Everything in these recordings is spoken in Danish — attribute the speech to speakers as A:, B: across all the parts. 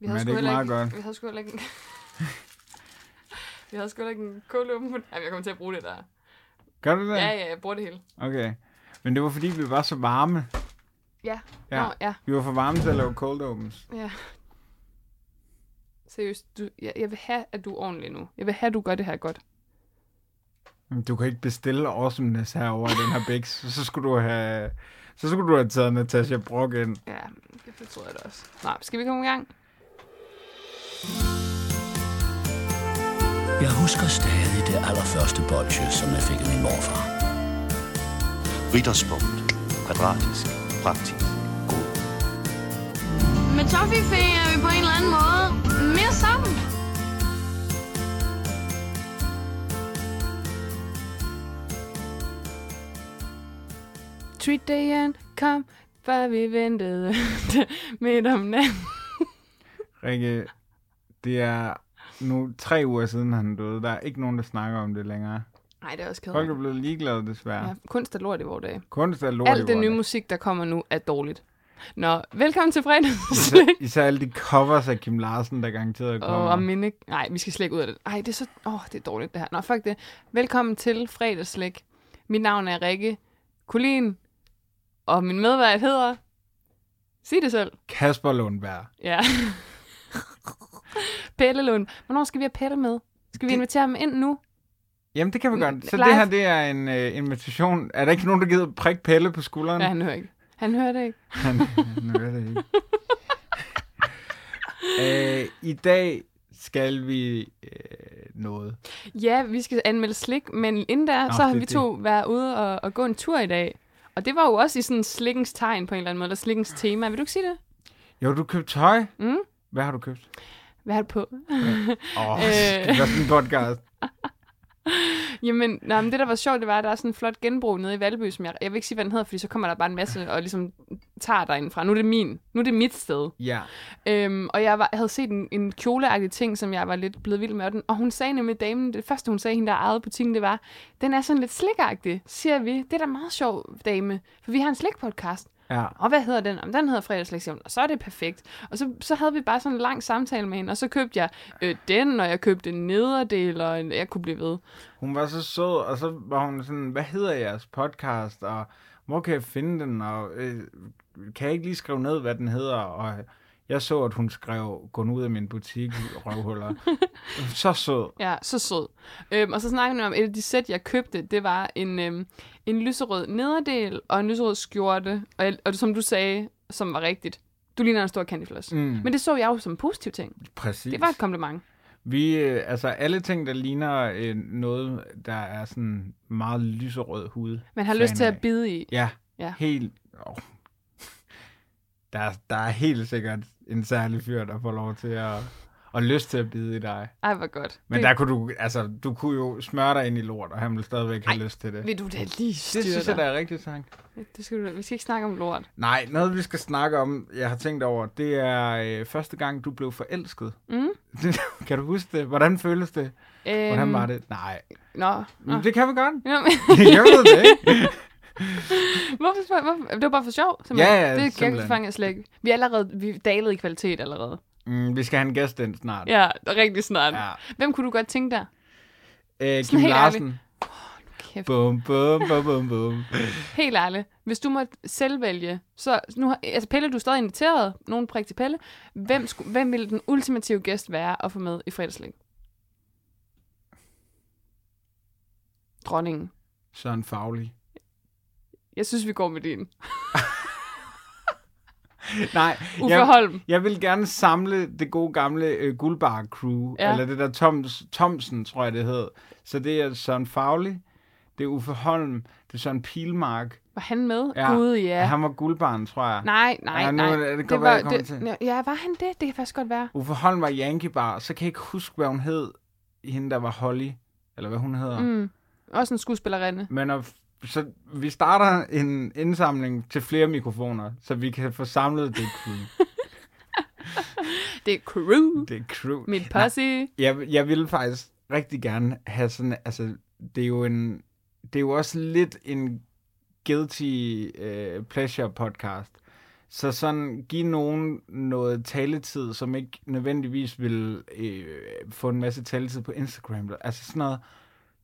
A: Vi
B: Men er
A: sgu
B: det ikke
A: heller
B: meget godt?
A: Vi havde sgu heller ikke en... vi havde sgu heller ikke en kolumne. Ej, jeg kommer til at bruge det der.
B: Gør du det?
A: Ja, ja, jeg bruger det hele.
B: Okay. Men det var fordi, vi var så varme.
A: Ja.
B: Ja.
A: Nå, ja.
B: Vi var for varme til at lave cold opens.
A: ja. Seriøst, du, jeg, jeg vil have, at du er ordentlig nu. Jeg vil have, at du gør det her godt.
B: Men Du kan ikke bestille awesomeness herover i den her bæks. Så skulle du have... Så skulle du have taget Natasha Brock ind.
A: Ja, det fortryder jeg da også. Nå, skal vi komme i gang?
C: Jeg husker stadig det allerførste bolsje, som jeg fik af min morfar.
D: Ritterspunkt. Kvadratisk. Praktisk. God.
E: Med Toffifee er vi på en eller anden måde mere sammen.
A: Treat dayen, kom, før vi ventede midt om natten.
B: Rikke, det er nu tre uger siden, han døde. Der er ikke nogen, der snakker om det længere.
A: Nej, det er også
B: Folk
A: kedeligt.
B: er blevet ligeglade, desværre.
A: Ja, kunst er lort i vores dage.
B: Kunst er lort i
A: Alt den
B: vores
A: nye
B: dag.
A: musik, der kommer nu, er dårligt. Nå, velkommen til fredags.
B: Især, især alle de covers af Kim Larsen, der garanteret
A: Og
B: kommer.
A: om minde... Nej, vi skal slet ikke ud af det. Nej, det er så... Åh, oh, det er dårligt det her. Nå, fuck det. Velkommen til fredagslæk. Mit navn er Rikke Kolin, og min medvært hedder... Sig det selv.
B: Kasper Lundberg.
A: Ja. Pelle Lund. Hvornår skal vi have Pelle med? Skal vi
B: Det-
A: invitere ham ind nu?
B: Jamen, det kan vi
A: Mm,
B: godt. Så
A: live.
B: det her, det er en øh, invitation. Er der ikke nogen, der gider prikke Pelle på skulderen?
A: Ja, han hører ikke. Han hører det ikke.
B: Han, han hører det ikke. øh, I dag skal vi øh, noget.
A: Ja, vi skal anmelde slik, men inden der,
B: Nå,
A: så har
B: det er
A: vi to været ude og, og gå en tur i dag. Og det var jo også i sådan slikkens tegn på en eller anden måde, eller slikkens tema. Vil du ikke sige det?
B: Jo, du købte tøj.
A: Mm.
B: Hvad har du købt?
A: Hvad har du på?
B: Åh, oh,
A: Øh.
B: øh... det var sådan en podcast.
A: Jamen, nej, men det, der var sjovt, det var, at der er sådan en flot genbrug nede i Valby, som jeg, jeg vil ikke sige, hvad den hedder, fordi så kommer der bare en masse og ligesom tager dig indfra. Nu er det min. Nu er det mit sted.
B: Ja.
A: Øhm, og jeg, var, jeg havde set en, en kjoleagtig ting, som jeg var lidt blevet vild med. Og, den, og hun sagde nemlig, damen, det første hun sagde, hende der ejede butikken, det var, den er sådan lidt slikagtig, siger vi. Det er da meget sjovt, dame, for vi har en slikpodcast.
B: ja.
A: Og hvad hedder den? Om den hedder fredagslæg, og så er det perfekt. Og så, så havde vi bare sådan en lang samtale med hende, og så købte jeg øh, den, og jeg købte en nederdel, og en- jeg kunne blive ved.
B: Hun var så sød, og så var hun sådan, hvad hedder jeres podcast, og hvor kan jeg finde den, og øh, kan jeg ikke lige skrive ned, hvad den hedder, og jeg så, at hun skrev, gå nu ud af min butik, røvhuller. så sød.
A: Ja, så sød. Øhm, og så snakkede vi om, et af de sæt, jeg købte, det var en, øhm, en lyserød nederdel og en lyserød skjorte. Og, jeg- og som du sagde, som var rigtigt, du ligner en stor candyfloss. Mm.
B: Mm,
A: Men det så jeg jo som en positiv ting.
B: præcis.
A: Det var et kompliment.
B: Vi, øh, altså alle ting, der ligner øh, noget, der er sådan meget lyserød hud.
A: Man har
B: Fan
A: lyst til
B: af.
A: at bide i.
B: Ja,
A: Ja.
B: helt... Oh. Der, er, der er helt sikkert en særlig fyr, der får lov til at... Og lyst til at bide i dig.
A: Ej, hvor godt.
B: Men
A: det,
B: der kunne du, altså, du kunne jo smøre dig ind i lort, og han ville stadigvæk have lyst til det.
A: Vil du da lige styre
B: Det synes jeg,
A: dig?
B: der er rigtig sagt.
A: Det skal du, da- vi skal ikke snakke om lort.
B: Nej, noget vi skal snakke om, jeg har tænkt over, det er øh, første gang, du blev forelsket.
A: Mm.
B: kan du huske det? Hvordan føles det?
A: Øhm,
B: Hvordan var det? Nej,
A: Nå. nå.
B: men det kan vi godt.
A: Nå, men,
B: Det kan vi det.
A: hvorfor, spørger- hvorfor, det var bare for sjov.
B: Ja, ja,
A: det kan jeg
B: simpelthen.
A: fange slet ikke. Vi er allerede vi er dalet i kvalitet allerede.
B: Mm, vi skal have en gæst ind snart.
A: Ja, rigtig snart.
B: ja.
A: Hvem kunne du godt tænke dig?
B: Øh, Kim
A: helt
B: Larsen.
A: Kæft.
B: Bum, bum, bum, bum, bum.
A: Helt ærligt, hvis du måtte selv vælge, så nu har, altså Pelle, du er stadig inviteret, nogen prik til Pelle. Hvem, sku, hvem ville den ultimative gæst være at få med i fredagslæg? Dronningen.
B: Søren Faglig.
A: Jeg synes, vi går med din.
B: Nej,
A: Uffe
B: jeg,
A: Holm.
B: jeg vil gerne samle det gode gamle øh, Guldbar-crew,
A: Ja.
B: ja. eller det der Toms, Thomsen, tror jeg det hed. Så det er Søren Faglig, det er Uffe Holm, det er Søren Pilmark.
A: Var han med?
B: Ja.
A: Gud,
B: Ja.
A: ja.
B: Han var guldbarn, tror jeg.
A: Nej, nej,
B: Ja, nu
A: nej.
B: er det- det kan være, jeg kommer til.
A: det, ja, var han det? Det kan faktisk godt være.
B: Uffe Holm var Yankee Bar, så kan jeg ikke huske, hvad hun hed, hende der var Holly, eller hvad hun hedder.
A: Mm. Også en skuespillerinde.
B: Men at, så vi starter en indsamling til flere mikrofoner, så vi kan få samlet det crew.
A: Det er crew.
B: det crew.
A: Mit posse.
B: Jeg, jeg ville faktisk rigtig gerne have sådan, altså, det er jo en, det er jo også lidt en guilty øh, pleasure podcast. Så sådan give nogen noget taletid, som ikke nødvendigvis vil øh, få en masse taletid på Instagram. Altså sådan noget,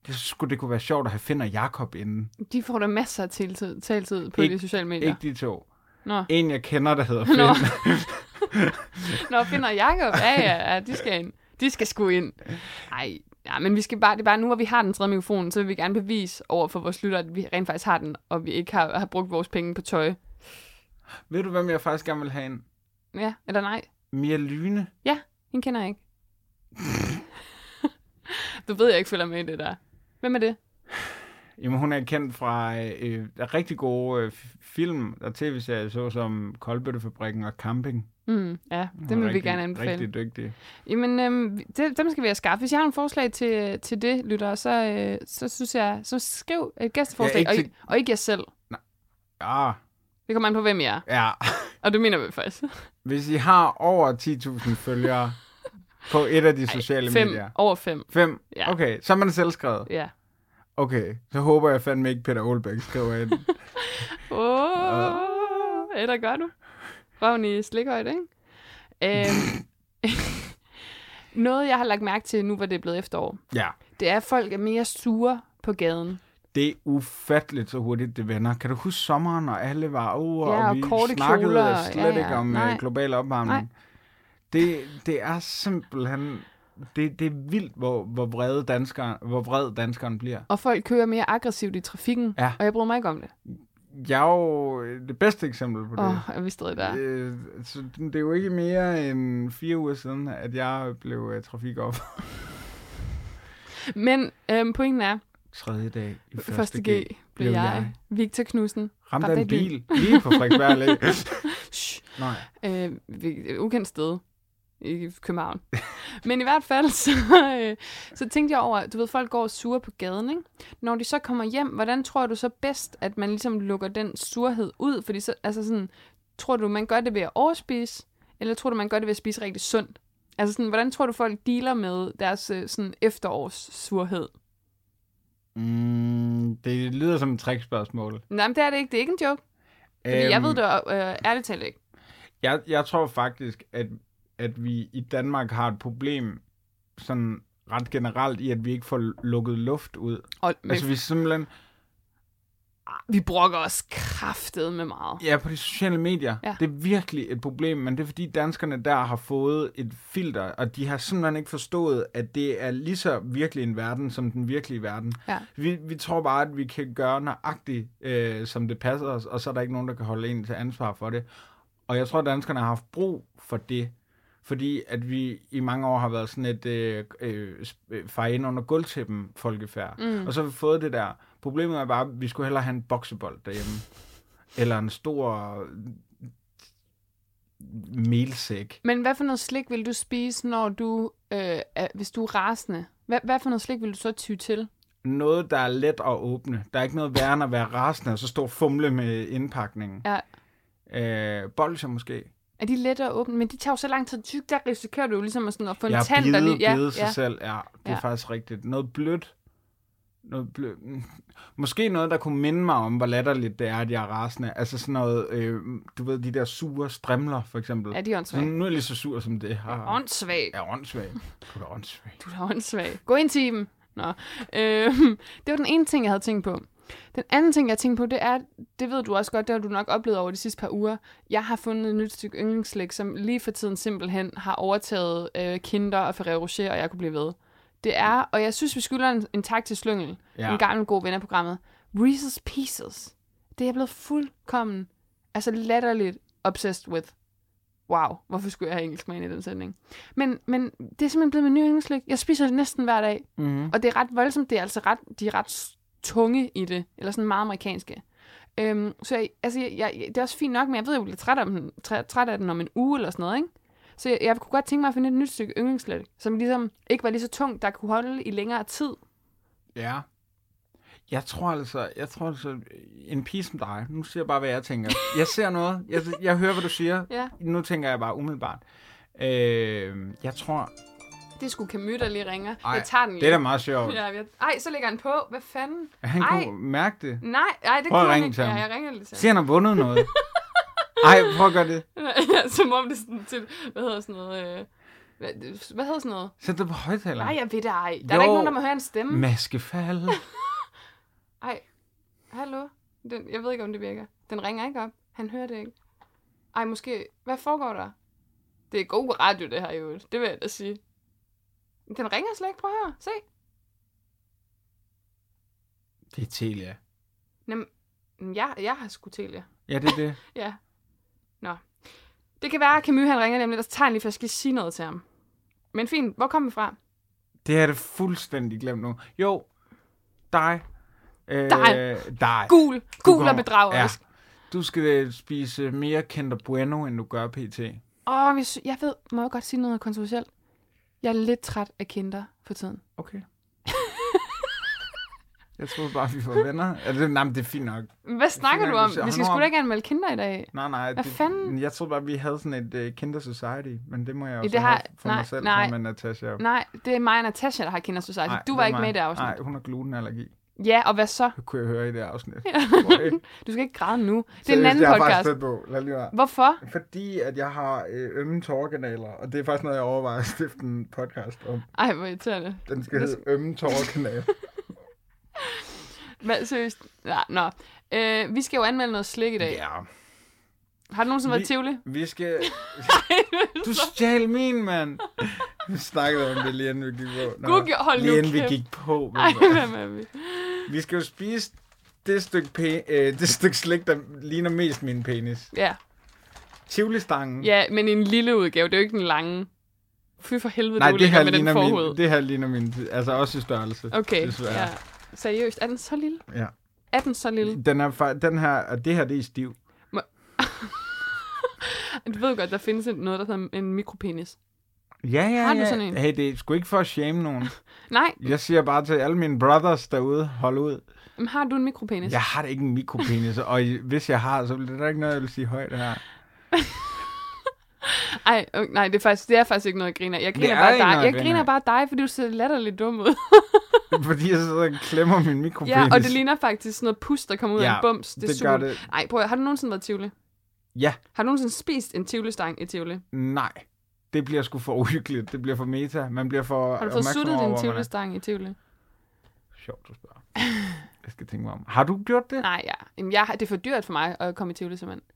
B: det skulle det kunne være sjovt at have Finn og Jakob inden.
A: De får da masser af taletid, taletid på
B: Ikke-
A: de sociale medier.
B: Ikke de to.
A: Nå.
B: En jeg kender, der hedder
A: Nå.
B: Finn.
A: Nå, finder Jacob. Ja, ja, ja, de skal ind. De skal sgu ind. Nej, ja, men vi skal bare, det er bare nu, hvor vi har den tredje mikrofon, så vil vi gerne bevise over for vores lytter, at vi rent faktisk har den, og vi ikke har, har brugt vores penge på tøj.
B: Ved du, hvem jeg faktisk gerne vil have ind?
A: Ja, eller nej?
B: Mia Lyne.
A: Hende kender jeg ikke. du ved, jeg ikke følger med i det der. Hvem er det?
B: Jamen, hun er kendt fra øh, øh, rigtig gode øh, f- film og tv-serier, såsom Koldbøttefabrikken og Camping.
A: Mm, ja,
B: Hun er
A: dem vil vi
B: rigtig-
A: gerne anbefale.
B: Rigtig dygtig.
A: Jamen, øhm, det, dem skal vi have skaffet. Hvis jeg har nogle forslag til, til det, lytter, så, øh, så synes jeg, så skriv et gæsteforslag,
B: Ja,
A: ja,
B: ikke
A: ikke og, og ikke jer selv.
B: Ja,
A: Det kommer an på, hvem jeg er.
B: Ah, ja.
A: Og det mener vi faktisk.
B: Hvis I har over 10.000 følgere på et af de sociale
A: fem,
B: medier.
A: over fem.
B: 5?
A: Ja.
B: Okay, så er man selv skrevet.
A: Ja.
B: Okay, så håber jeg fandme ikke, Peter Olbæk skriver ind.
A: Åh, oh, er der gør du? Røven i slikhøjde, ikke? Øhm, noget, jeg har lagt mærke til nu, hvor det er blevet efterår,
B: ja,
A: det er, at folk er mere sure på gaden.
B: det er ufatteligt, så hurtigt det vender. Kan du huske sommeren, og alle var over,
A: Ja,
B: og
A: og
B: vi
A: korte
B: snakkede
A: kjoler, og-
B: slet
A: ja, ja.
B: ikke om øh,
A: Nej.
B: global opvarmning. Det, det er simpelthen... Det, det er vildt, hvor, hvor, vrede danskeren, hvor vred danskeren bliver.
A: Og folk kører mere aggressivt i trafikken,
B: Ja.
A: og jeg bryder mig ikke om det.
B: Jeg er jo øh, det bedste eksempel på det.
A: Åh, oh, er vi stadig der?
B: Øh, så det er jo ikke mere end fire uger siden, at jeg blev øh, trafikoffer.
A: Men øhm, pointen er,
B: Tredje dag i
A: første, første G, blev jeg, jeg. Victor Knudsen.
B: Ramte af
A: Ramte
B: en
A: af en
B: bil lige på Frederiksberg Allé.
A: Shh.
B: Nej.
A: øh, ved- et ukendt sted i København. Men i hvert fald, så, øh, så tænkte jeg over, du ved, folk går sure på gaden, ikke? Når de så kommer hjem, hvordan tror du så bedst, at man ligesom lukker den surhed ud? Fordi så, altså sådan, tror du, man gør det ved at overspise? Eller tror du, man gør det ved at spise rigtig sundt? Altså sådan, hvordan tror du, folk dealer med deres øh, sådan efterårs surhed?
B: Mm, det lyder som et trickspørgsmål.
A: Nej, men det er det ikke. Det er ikke en joke. Fordi øhm, jeg ved det øh, ærligt talt ikke.
B: Jeg, jeg tror faktisk, at, at vi i Danmark har et problem sådan ret generelt i, at vi ikke får lukket luft ud.
A: Og,
B: Men... Altså vi simpelthen,
A: vi brokker os kraftet med meget.
B: ja på de sociale medier,
A: Ja.
B: det er virkelig et problem, men det er fordi danskerne der har fået et filter, og de har simpelthen ikke forstået, at det er lige så virkelig en verden, som den virkelige verden.
A: Ja.
B: Vi, vi tror bare, at vi kan gøre nøjagtigt, øh, som det passer os, og så er der ikke nogen, der kan holde en til ansvar for det. Og jeg tror, at danskerne har haft brug for det, fordi at vi i mange år har været sådan et øh, øh, sp- øh, far ind under gulvtæppen folkefærd. Mm. Og så har vi fået det der. Problemet er bare, at vi skulle hellere have en boksebold derhjemme. Eller en stor øh, melsæk.
A: Men hvad for noget slik vil du spise, når du, øh, er, hvis du er rasende? Hvad, hvad for noget slik vil du så ty til?
B: Noget, der er let at åbne. Der er ikke noget værre end at være rasende og så stå og fumle med indpakningen.
A: Ja.
B: Øh, bolcher måske.
A: Er de lette at åbne? Men de tager jo så lang tid at tygge, der risikerer du jo ligesom at, sådan at få en
B: Ja,
A: tand, der
B: bide,
A: lige... Ja,
B: bide sig
A: ja.
B: selv, ja. Det er
A: Ja.
B: faktisk rigtigt. Noget blødt. Noget blødt. Mm. Måske noget, der kunne minde mig om, hvor latterligt det er, at jeg er rasende. Altså sådan noget, øh, du ved, de der sure strimler, for eksempel.
A: Ja, de er
B: så
A: åndssvage.
B: nu er jeg lige så sur som det. Ha, ha.
A: Åndssvage.
B: Ja, åndssvag. Du er da åndssvag.
A: Du er da åndssvag. Gå ind til dem. Nå. Øhm, det var den ene ting, jeg havde tænkt på. Den anden ting, jeg tænkte på, det er, det ved du også godt, det har du nok oplevet over de sidste par uger. Jeg har fundet et nyt stykke yndlingsslik, som lige for tiden simpelthen har overtaget øh, Kinder og Ferrero Rocher, og jeg kunne blive ved. Det er, og jeg synes, vi skylder en, en tak til Slyngel,
B: Ja.
A: ja. en gammel god ven af programmet. Reese's Pieces. Det er blevet fuldkommen, altså latterligt obsessed with. Wow, hvorfor skulle jeg have engelsk med ind i den sætning? Men, men det er simpelthen blevet min nye yndlingsslik. Jeg spiser det næsten hver dag.
B: Mm-hmm.
A: Og det er ret voldsomt. Det er altså ret, de er ret s- tunge i det. Eller sådan meget amerikanske. Øhm, så jeg, altså, jeg, jeg, det er også fint nok, men jeg ved jo, jeg bliver træt af, den, træ, træt af den om en uge eller sådan noget, ikke? Så jeg, jeg kunne godt tænke mig at finde et nyt stykke yndlingsslik, som ligesom ikke var lige så tungt, der kunne holde i længere tid.
B: Ja. Jeg tror altså, jeg tror altså, en pige som dig, nu siger jeg bare, hvad jeg tænker. Jeg ser noget, jeg, jeg hører, hvad du siger.
A: Ja.
B: Nu tænker jeg bare umiddelbart. Øh, jeg tror,
A: Det skulle Camus, der lige ringer.
B: Ej,
A: jeg tager den lige.
B: det er da meget sjovt.
A: Ja, jeg, ej, så lægger han på. Hvad fanden?
B: Han
A: Ej.
B: kunne mærke det.
A: Nej, ej, det
B: Prøv at
A: kunne han
B: ringe
A: ikke.
B: til ham.
A: Ja, jeg ringer lige til ham.
B: Se, han har vundet noget. Ej, prøv at gøre det.
A: Ja, Som om det er sådan til, hvad hedder sådan noget? Øh, hvad, hvad hedder sådan noget?
B: Sæt dig på højtaleren.
A: Nej, jeg ved det ej. Der er da ikke
B: Jo.
A: nogen, der må høre en stemme.
B: Maskefald.
A: Ej, hallo? Den, jeg ved ikke, om det virker. Den ringer ikke op. Han hører det ikke. Ej, måske... Hvad foregår der? Det er god radio, det her, jo. Det vil jeg da sige. Den ringer slet ikke. Prøv at høre. Se.
B: Det er Telia.
A: Mm, Jeg, jeg har sgu Telia.
B: Ja, det er det.
A: Ja. Nå. Det kan være, at Camus han ringer nemlig, der tager han lige, for jeg skal lige sige noget til ham. Men fint, hvor kom vi fra?
B: Det har jeg da fuldstændig glemt nu. Jo, dig. Øh,
A: Dig.
B: Dig.
A: Gul,
B: Du
A: gul og
B: kommer-
A: bedragerisk.
B: Ja. Du skal øh, spise mere Kinder Bueno, end du gør pt.
A: Åh, jeg, sy- jeg ved, må jeg godt sige noget kontroversielt? Jeg er lidt træt af kinder for tiden.
B: Okay. jeg troede bare, vi var venner. Altså, nej, men det er fint nok.
A: Hvad snakker
B: nok,
A: du
B: du
A: om?
B: siger-
A: Vi
B: hold
A: skal
B: nu
A: sgu
B: op.
A: da ikke anmelde kinder i dag.
B: Nej, nej.
A: Hvad
B: det,
A: fanden?
B: Jeg troede bare, vi havde sådan et uh, Kinder Society, men det må jeg jo
A: Det
B: så
A: har-
B: have for
A: nej,
B: mig selv,
A: nej.
B: sammen med Natasha. Nej,
A: Nej, det er mig og Natasha, der har Kinder Society. Nej, du
B: det
A: var
B: er
A: ikke
B: mig.
A: med i det afsnit.
B: Nej, hun har glutenallergi.
A: Ja, og hvad så?
B: Det kunne jeg høre i det afsnit. Sorry.
A: Du skal ikke græde nu. Det er en
B: Seriøst,
A: anden
B: jeg har faktisk
A: podcast.
B: tæt på. Lad lige være.
A: Hvorfor?
B: Fordi at jeg har øh, ømme tårerkanaler, og det er faktisk noget, jeg overvejer at stifte en podcast om.
A: Ej, hvor irriterende.
B: Den skal hedde Ømme tårerkanaler.
A: Hvad, seriøst? Ja, nå. Øh, vi skal jo anmelde noget slik i dag. Yeah.
B: ja.
A: Har du nogensinde været
B: Vi-
A: i Tivoli?
B: Vi skal... du stjal min, mand! Vi snakkede om det lige inden vi gik på. Nå,
A: Gud, hold nu
B: lige inden vi
A: kæft.
B: gik på.
A: Ej,
B: ved du hvad.
A: hvem er vi?
B: Vi skal jo spise det stykke, pe- øh, det stykke slik, der ligner mest min penis.
A: Ja.
B: Tivoli-stangen.
A: ja, men en lille udgave. Det er jo ikke den lange. Fy for helvede,
B: Nej,
A: du
B: det
A: ligger
B: her,
A: med den
B: ligner
A: forhud.
B: min, det her ligner min... Altså også i størrelse.
A: Okay,
B: desværre.
A: ja. Seriøst, er den så lille?
B: Ja.
A: Er den så lille?
B: Den, er, fa- den her, og det her, det er stiv.
A: Du ved godt, der findes en- noget, der hedder en mikropenis.
B: Ja, ja,
A: Har du
B: ja.
A: sådan en?
B: Hey, det er sgu ikke for at shame nogen.
A: Nej,
B: Jeg siger bare til alle mine brothers derude, hold ud.
A: men har du en mikropenis?
B: Jeg har da ikke en mikropenis, og i- hvis jeg har, så bliver det da ikke noget, jeg vil sige højt her.
A: Ej, øh, nej, det er, faktisk, det er faktisk ikke noget, jeg griner. af. Jeg griner
B: er
A: bare
B: ikke noget,
A: dig.
B: jeg
A: Jeg
B: griner
A: griner
B: af.
A: bare dig, fordi du ser latterligt dum ud.
B: Fordi jeg sidder og klemmer min mikropenis.
A: ja, og det ligner faktisk sådan noget pus, der kommer ud ja, af
B: Ja,
A: en bums. Det, er
B: det
A: super.
B: gør det.
A: Ej, prøv at, høre, har du nogensinde været i Tivoli?
B: Ja,
A: Har du nogensinde spist en Tivoli-stang i Tivoli?
B: nej. Det bliver sgu for uhyggeligt. Det bliver for meta. Man bliver for
A: Har du fået
B: opmærksom
A: suttet
B: over,
A: din
B: hvor man er.
A: Tivoli-stang i Tivoli?
B: Sjovt, du spørger. Jeg skal tænke mig om. Har du gjort det?
A: Nej, ja. Jamen, jeg, har- det er for dyrt for mig at komme i Tivoli, simpelthen.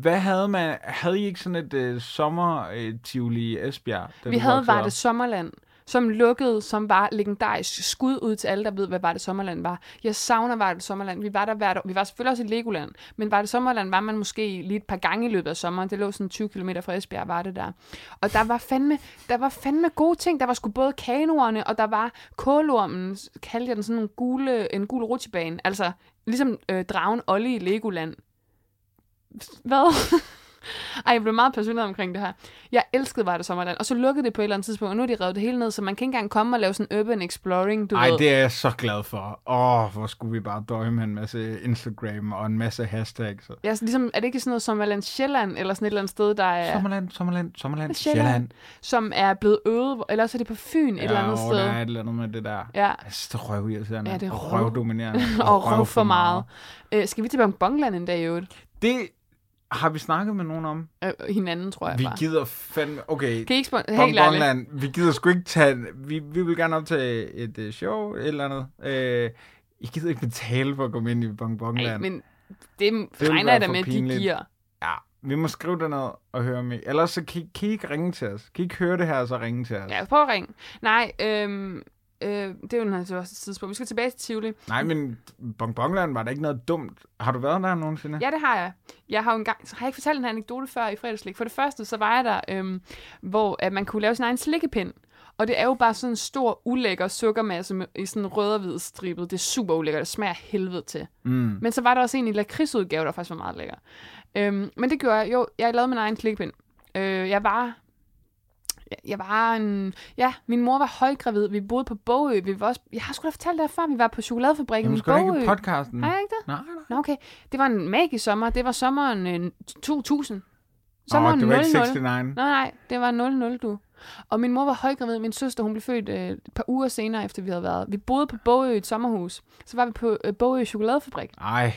B: Hvad havde man? Havde I ikke sådan et øh, sommer-tivoli i Esbjerg? da
A: Vi
B: du
A: havde
B: voksede
A: Varte Sommerland, som lukkede, som var legendarisk skud ud til alle, der ved, hvad Varte Sommerland var. Jeg savner Varte Sommerland. Vi var der hvert år. Vi var selvfølgelig også i Legoland, men Varte Sommerland var man måske lige et par gange i løbet af sommeren. Det lå sådan 20 km fra Esbjerg, var det der. Og der var fandme, der var fandme gode ting. Der var sgu både kanoerne, og der var kålormen, kaldte jeg den sådan en, gule, en gul rutsjebane. Altså, ligesom øh, dragen Olli i Legoland. Hvad? Ej, jeg blev meget passioneret omkring det her. Jeg elskede Vejle Sommerland, og så lukkede det på et eller andet tidspunkt, og nu har de revet det hele ned, så man kan ikke engang komme og lave sådan urban exploring, du
B: Ej,
A: ved.
B: det er jeg så glad for. Åh, hvor skulle vi bare døje med en masse Instagram og en masse hashtags. Og...
A: Jeg, er ligesom, er det ikke sådan noget som Valand Sjælland, eller sådan et eller andet sted, der er, som,
B: Sommerland, Sommerland, Sommerland,
A: Sjælland.
B: Sjælland. Sjælland.
A: som er blevet øget, eller så er det på Fyn et eller andet
B: åh,
A: sted.
B: der er et eller andet med det der.
A: Ja.
B: Altså, det er røvirriterende.
A: Ja, det er
B: Og
A: røv-
B: røvdominerende.
A: og røv for meget. Øh, skal vi til Bongbongland en dag i øvrigt?
B: Det har vi snakket med nogen om.
A: Øh, hinanden, tror jeg
B: Vi
A: bare.
B: gider fandme... Okay,
A: Kan I ikke spon- helt ærligt?
B: Bongbongland, vi gider sgu ikke tage... en- Vi, vi vil gerne optage et øh, show et eller andet. Øh, I gider ikke betale for at komme ind i
A: Ej,
B: Bongbongland.
A: men det,
B: ville
A: regner jeg da
B: være for
A: med, at de
B: pinligt. Altså.
A: giver.
B: Ja, vi må skrive det ned og høre med. Ellers så kan I, kan I ikke ringe til os. Kan I ikke høre det her, og så ringe til os?
A: Ja, prøv at ringe. Nej, øhm, øh, det er jo altså også et tidspunkt. Vi skal tilbage til Tivoli.
B: Nej, men Bongbongland var da ikke noget dumt. Har du været der nogensinde?
A: Ja, det har jeg. Jeg har jo engang, så har jeg ikke fortalt en anekdote før i fredagslik. For det første, så var jeg der, øhm, hvor at man kunne lave sin egen slikkepind. Og det er jo bare sådan en stor, ulækker sukkermasse med, i sådan rød og hvid stribet. Det er super ulækkert, det smager af helvede til. Mm. Men så var der også en i lakridsudgave, der faktisk var meget lækker. Øhm, men det gjorde jeg. Jo, jeg lavede min egen slikkepind. Øh, jeg var jeg- jeg var en... Ja, min mor var højgravid. Vi boede på Bogø. Vi var også... Jeg har sgu da fortalt det her før. Vi var på chokoladefabrikken
B: Jamen,
A: i
B: skal du ikke
A: Bogø.
B: i podcasten?
A: Har jeg ikke det?
B: Nej, nej.
A: Nå, okay. Det var en magisk sommer. Det var sommeren øh, 2000.
B: Åh,
A: Sommeren
B: det var ikke
A: 00.
B: 69.
A: Nej, nej, det var 00, du. Og min mor var højgravid. Min søster, hun blev født øh, et par uger senere, efter vi havde været. Vi boede på Bogø i et sommerhus. Så var vi på øh, Bogø Chokoladefabrik.
B: Ej,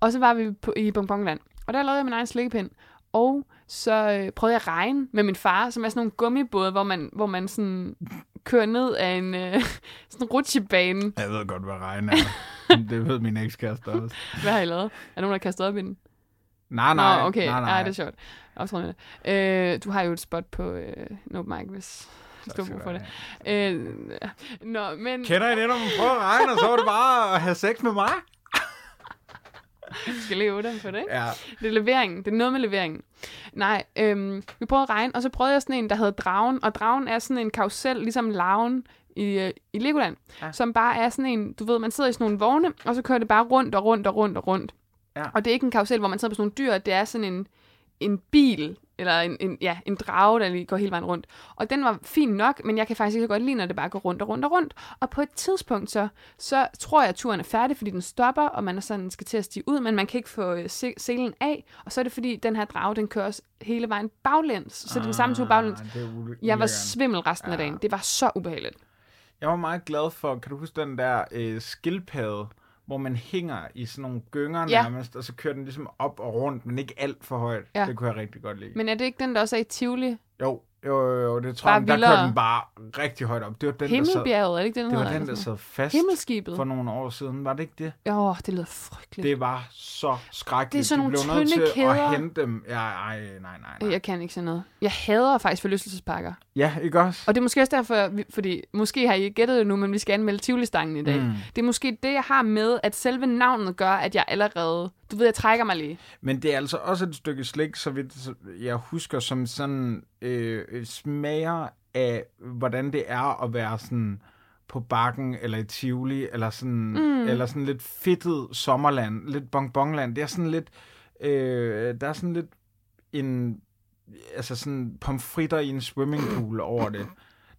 A: Og så var vi på, i Bonbonland. Og der lavede jeg min egen slikkepind. Og så øh, prøvede jeg at regne med min far, som er sådan nogle gummibåde, hvor man, hvor man sådan kører ned af en øh, sådan rutsjebane.
B: Jeg ved godt, hvad regn er. det ved min ekskæreste også.
A: Hvad har I lavet? Er der nogen, der har kastet op i den?
B: Nej, nej.
A: Nå, okay.
B: Nej, nej.
A: det er sjovt. Optræden med det. Øh, du har jo et spot på øh, No Mic, hvis hvis du har brug for det. Øh, nå, men
B: Kender I det, når man prøver at regne, og så var det bare at have sex med mig?
A: vi skal lige dem for det, ikke?
B: Ja.
A: Det er leveringen. Det er noget med leveringen. Nej, øhm, vi prøvede at regne, og så prøvede jeg sådan en, der hedder Dragen. Og Dragen er sådan en karusel, ligesom Laven i, øh, i Legoland.
B: Ja.
A: Ja. Som bare er sådan en, du ved, man sidder i sådan nogle vogne, og så kører det bare rundt og rundt og rundt og rundt.
B: Ja.
A: Og det er ikke en karusel, hvor man sidder på sådan nogle dyr, det er sådan en, en bil, eller en, en, ja, en drage, der lige går hele vejen rundt. Og den var fin nok, men jeg kan faktisk ikke så godt lide, når det bare går rundt og rundt og rundt. Og på et tidspunkt så, så tror jeg, at turen er færdig, fordi den stopper, og man er sådan, skal til at stige ud, men man kan ikke få øh, se- selen af. Og så er det fordi, den her drage, den kører os hele vejen baglæns. Så det er den samme tur baglæns.
B: Ah, det er ule-
A: Jeg var
B: ulækkert.
A: svimmel resten af dagen. Det var så ubehageligt.
B: Jeg var meget glad for, kan du huske den der øh, skildpadde, hvor man hænger i sådan nogle gynger ja.
A: Ja.
B: nærmest, og så kører den ligesom op og rundt, men ikke alt for højt. Ja.
A: Ja.
B: Det kunne jeg rigtig godt lide. Men,
A: Men er det ikke den, der også er i Tivoli?
B: jo, jo, jo, jo, det tror
A: Bare
B: jeg, men der
A: vildere.
B: kørte den bare rigtig højt op. Det var den, der sad, det
A: Himmelbjerget, er det ikke den,
B: var
A: hedder?
B: den, der sad fast
A: Himmelskibet.
B: for nogle år siden. Var det ikke det?
A: Åh, oh, det lyder frygteligt.
B: Det var så skrækkeligt.
A: Det er sådan nogle
B: du blev nødt
A: tynde
B: til
A: kæder.
B: at hente dem. Ja, ej, nej, nej, nej.
A: Jeg kan ikke sådan noget. Jeg hader faktisk forlystelsespakker.
B: Ja, ikke også?
A: Og det er måske også derfor, vi- fordi måske har I ikke gættet det nu, men vi skal anmelde Tivoli-stangen i dag.
B: Mm.
A: Mm. Det er måske det, jeg har med, at selve navnet gør, at jeg allerede... Du ved, jeg trækker mig lige.
B: Men det er altså også et stykke slik, så vidt jeg husker, som sådan øh, øh, smager af, hvordan det er at være sådan på bakken, eller i Tivoli, eller sådan, mm. eller sådan lidt fedtet sommerland, lidt bonbonland. Det er sådan lidt, øh, der er sådan lidt en, altså sådan pomfritter i en swimmingpool over det.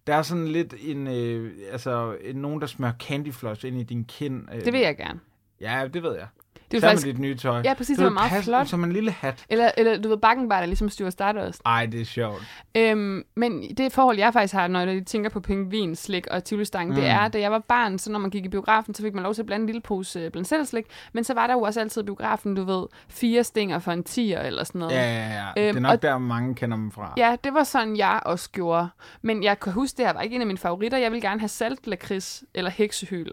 B: Der er sådan lidt en, øh, altså en, nogen, der smører candyfloss ind i din kind. Øh.
A: Det vil jeg gerne.
B: Ja, det ved jeg.
A: Det er
B: Sammen
A: faktisk...
B: faktisk... med dit nye tøj.
A: Ja, præcis, det
B: Du
A: var
B: ved,
A: meget
B: pas-
A: flot.
B: Som en lille hat.
A: Eller, eller du ved, bakken bare der ligesom Stuart Stardust.
B: Ej, det er sjovt.
A: Øhm, men det forhold, jeg faktisk har, når jeg tænker på pingvin, slik og tivolistangen, mm. det er, da jeg var barn, så når man gik i biografen, så fik man lov til at blande en lille pose øh, blandt selv slik. Men så var der jo også altid i biografen, du ved, fire stinger for en tiger eller sådan noget.
B: Ja, ja, ja. Øhm, det er
A: Øhm,
B: nok og...
A: og-
B: der, mange kender dem fra.
A: Ja, det var sådan, jeg også gjorde. Men jeg kan huske, det her var ikke en af mine favoritter. Jeg ville gerne have saltlakrids eller heksehyl.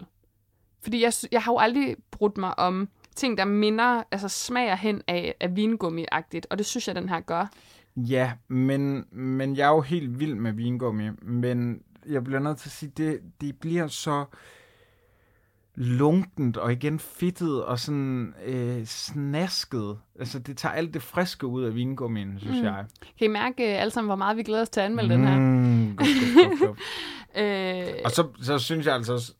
A: Fordi jeg, sy- jeg har jo aldrig brudt mig om ting, der minder, altså smager hen af, af vingummi-agtigt. Og det synes jeg, den her gør.
B: ja men, men jeg er jo helt vild med vingummi. Men jeg bliver nødt til at sige, det, det bliver så lunkent og igen fedtet og sådan øh, snasket. Altså, det tager alt det friske ud af vingummien, synes mm. jeg.
A: Kan I mærke øh, alle sammen, hvor meget vi glæder os til at anmelde mm. den her?
B: Mm, guf, guf, guf, guf.
A: Øh,
B: Og så, så synes jeg altså også,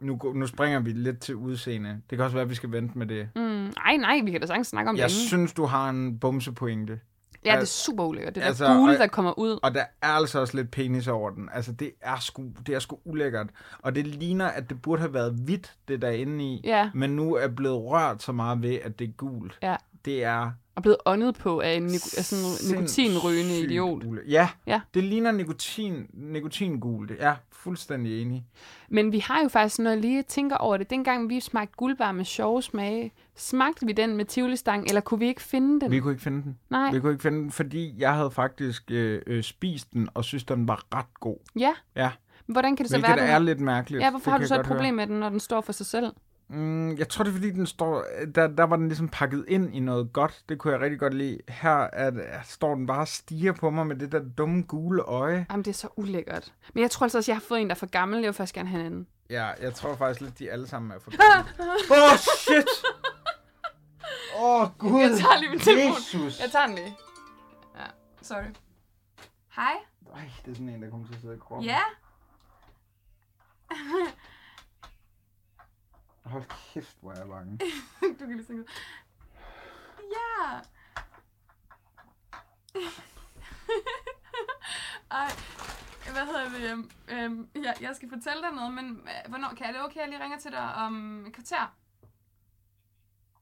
B: nu, gå- nu springer vi lidt til udseende. Det kan også være, at vi skal vente med det.
A: mm, ej, nej, vi kan da sagtens snakke om
B: Jeg
A: det. inden.
B: synes, du har en bumsepointe.
A: Ja, det er super ulækkert. Det der
B: altså,
A: altså, bule,
B: og-
A: der kommer ud.
B: Og der er altså også lidt penis over den. Altså, det er sgu, det er sgu ulækkert. Og det ligner, at det burde have været hvidt, det der inde i.
A: Ja.
B: Men nu er blevet rørt så meget ved, at det er gult.
A: Ja,
B: Det er...
A: og blevet åndet på af en niko- af sådan en nikotinrygende
B: sindssygt
A: idiot.
B: ulæ- Ja,
A: Ja.
B: det ligner nikotin, nikotingult. Jeg er fuldstændig enig.
A: Men vi har jo faktisk, når jeg lige tænker over det, dengang vi smagte guldbar med sjove smage, smagte vi den med tivolistangen, eller kunne vi ikke finde den?
B: Vi
A: Vi...
B: kunne ikke finde den.
A: Nej.
B: Vi kunne ikke finde den, fordi jeg havde faktisk øh, øh, spist den, og synes, den var ret god.
A: Ja,
B: Ja,
A: hvordan kan det så
B: hvilket
A: være,
B: er
A: du...
B: lidt mærkeligt.
A: Ja, hvorfor
B: Det
A: har
B: kan
A: du
B: jeg
A: så et
B: godt høre.
A: problem med den, når den står for sig selv?
B: Mm, jeg tror, det er fordi, den står, der, der var den ligesom pakket ind i noget godt. Det kunne jeg rigtig godt lide. Her er, det- står den bare og stiger på mig med det der dumme gule øje.
A: Jamen, det er så ulækkert. Men jeg tror altså også, jeg har fået en, der er for gammel. Jeg vil først gerne have en anden.
B: Ja, jeg tror faktisk lidt, de alle sammen er for Åh, oh, shit! Åh, oh, Gud!
A: Jeg tager lige min telefon.
B: Jesus!
A: Jeg tager den lige. Ja, sorry. Hej.
B: Ej, det er sådan en, der kommer til at sidde i kroppen.
A: Ja.
B: Hold kæft, hvor er jeg bange.
A: du kan lige synge. Ja. Ej, hvad hedder det? Øhm, Øhm, jeg, jeg skal fortælle dig noget, men øh, hvornår kan jeg det? Okay, jeg lige ringer til dig om et kvarter.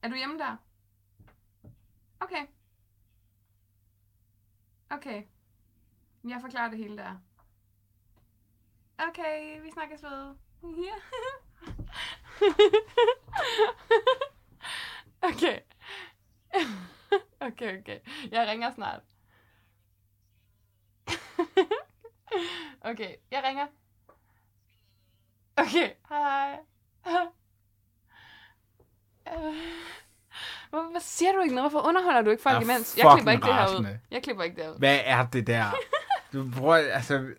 A: Er du hjemme der? Okay. Okay. Jeg forklarer det hele der. Okay, vi snakkes ved. Ja. okay. Okay, okay. Jeg ringer snart. okay, jeg ringer. Okay, hej. Øh, Hvor, hvad siger du ikke noget? Hvorfor underholder du ikke folk
B: Jeg er
A: imens? Jeg klipper
B: fucking
A: ikke det her ud.
B: rasende.
A: Jeg klipper ikke det her ud.
B: Hvad er det der? Du prøver, altså,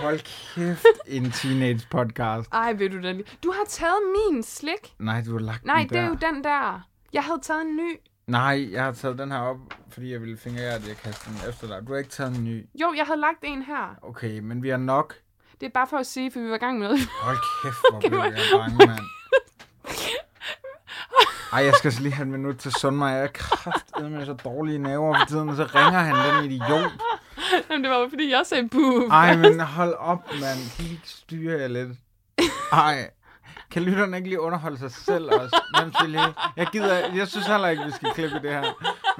B: hold kæft, en teenage podcast.
A: Ej, ved du da lige. Du har taget min slik.
B: Nej, du har lagt
A: Nej,
B: den
A: det
B: der.
A: er jo den der. Jeg havde taget en ny.
B: Nej, jeg har taget den her op, fordi jeg ville fingre at jeg kastede den efter dig. Du har ikke taget en ny.
A: Jo, jeg havde lagt en her.
B: Okay, men vi har nok.
A: Det er bare for at sige, for vi var i gang med noget.
B: Hold kæft, hvor
A: Okay,
B: blev
A: hvor-
B: jeg bange, mand. Ej, jeg skal så lige have en minut til at sunde mig. Jeg er kraftedet med så dårlige naver for tiden, og så ringer han den idiot.
A: Jamen, det var jo, fordi jeg sagde buh.
B: Ej, men hold op, mand. Kan I ikke styre jer lidt? Ej. Kan lytterne ikke lige underholde sig selv også? Hvem skal lige? Jeg gider, jeg synes heller ikke, vi skal klippe det her.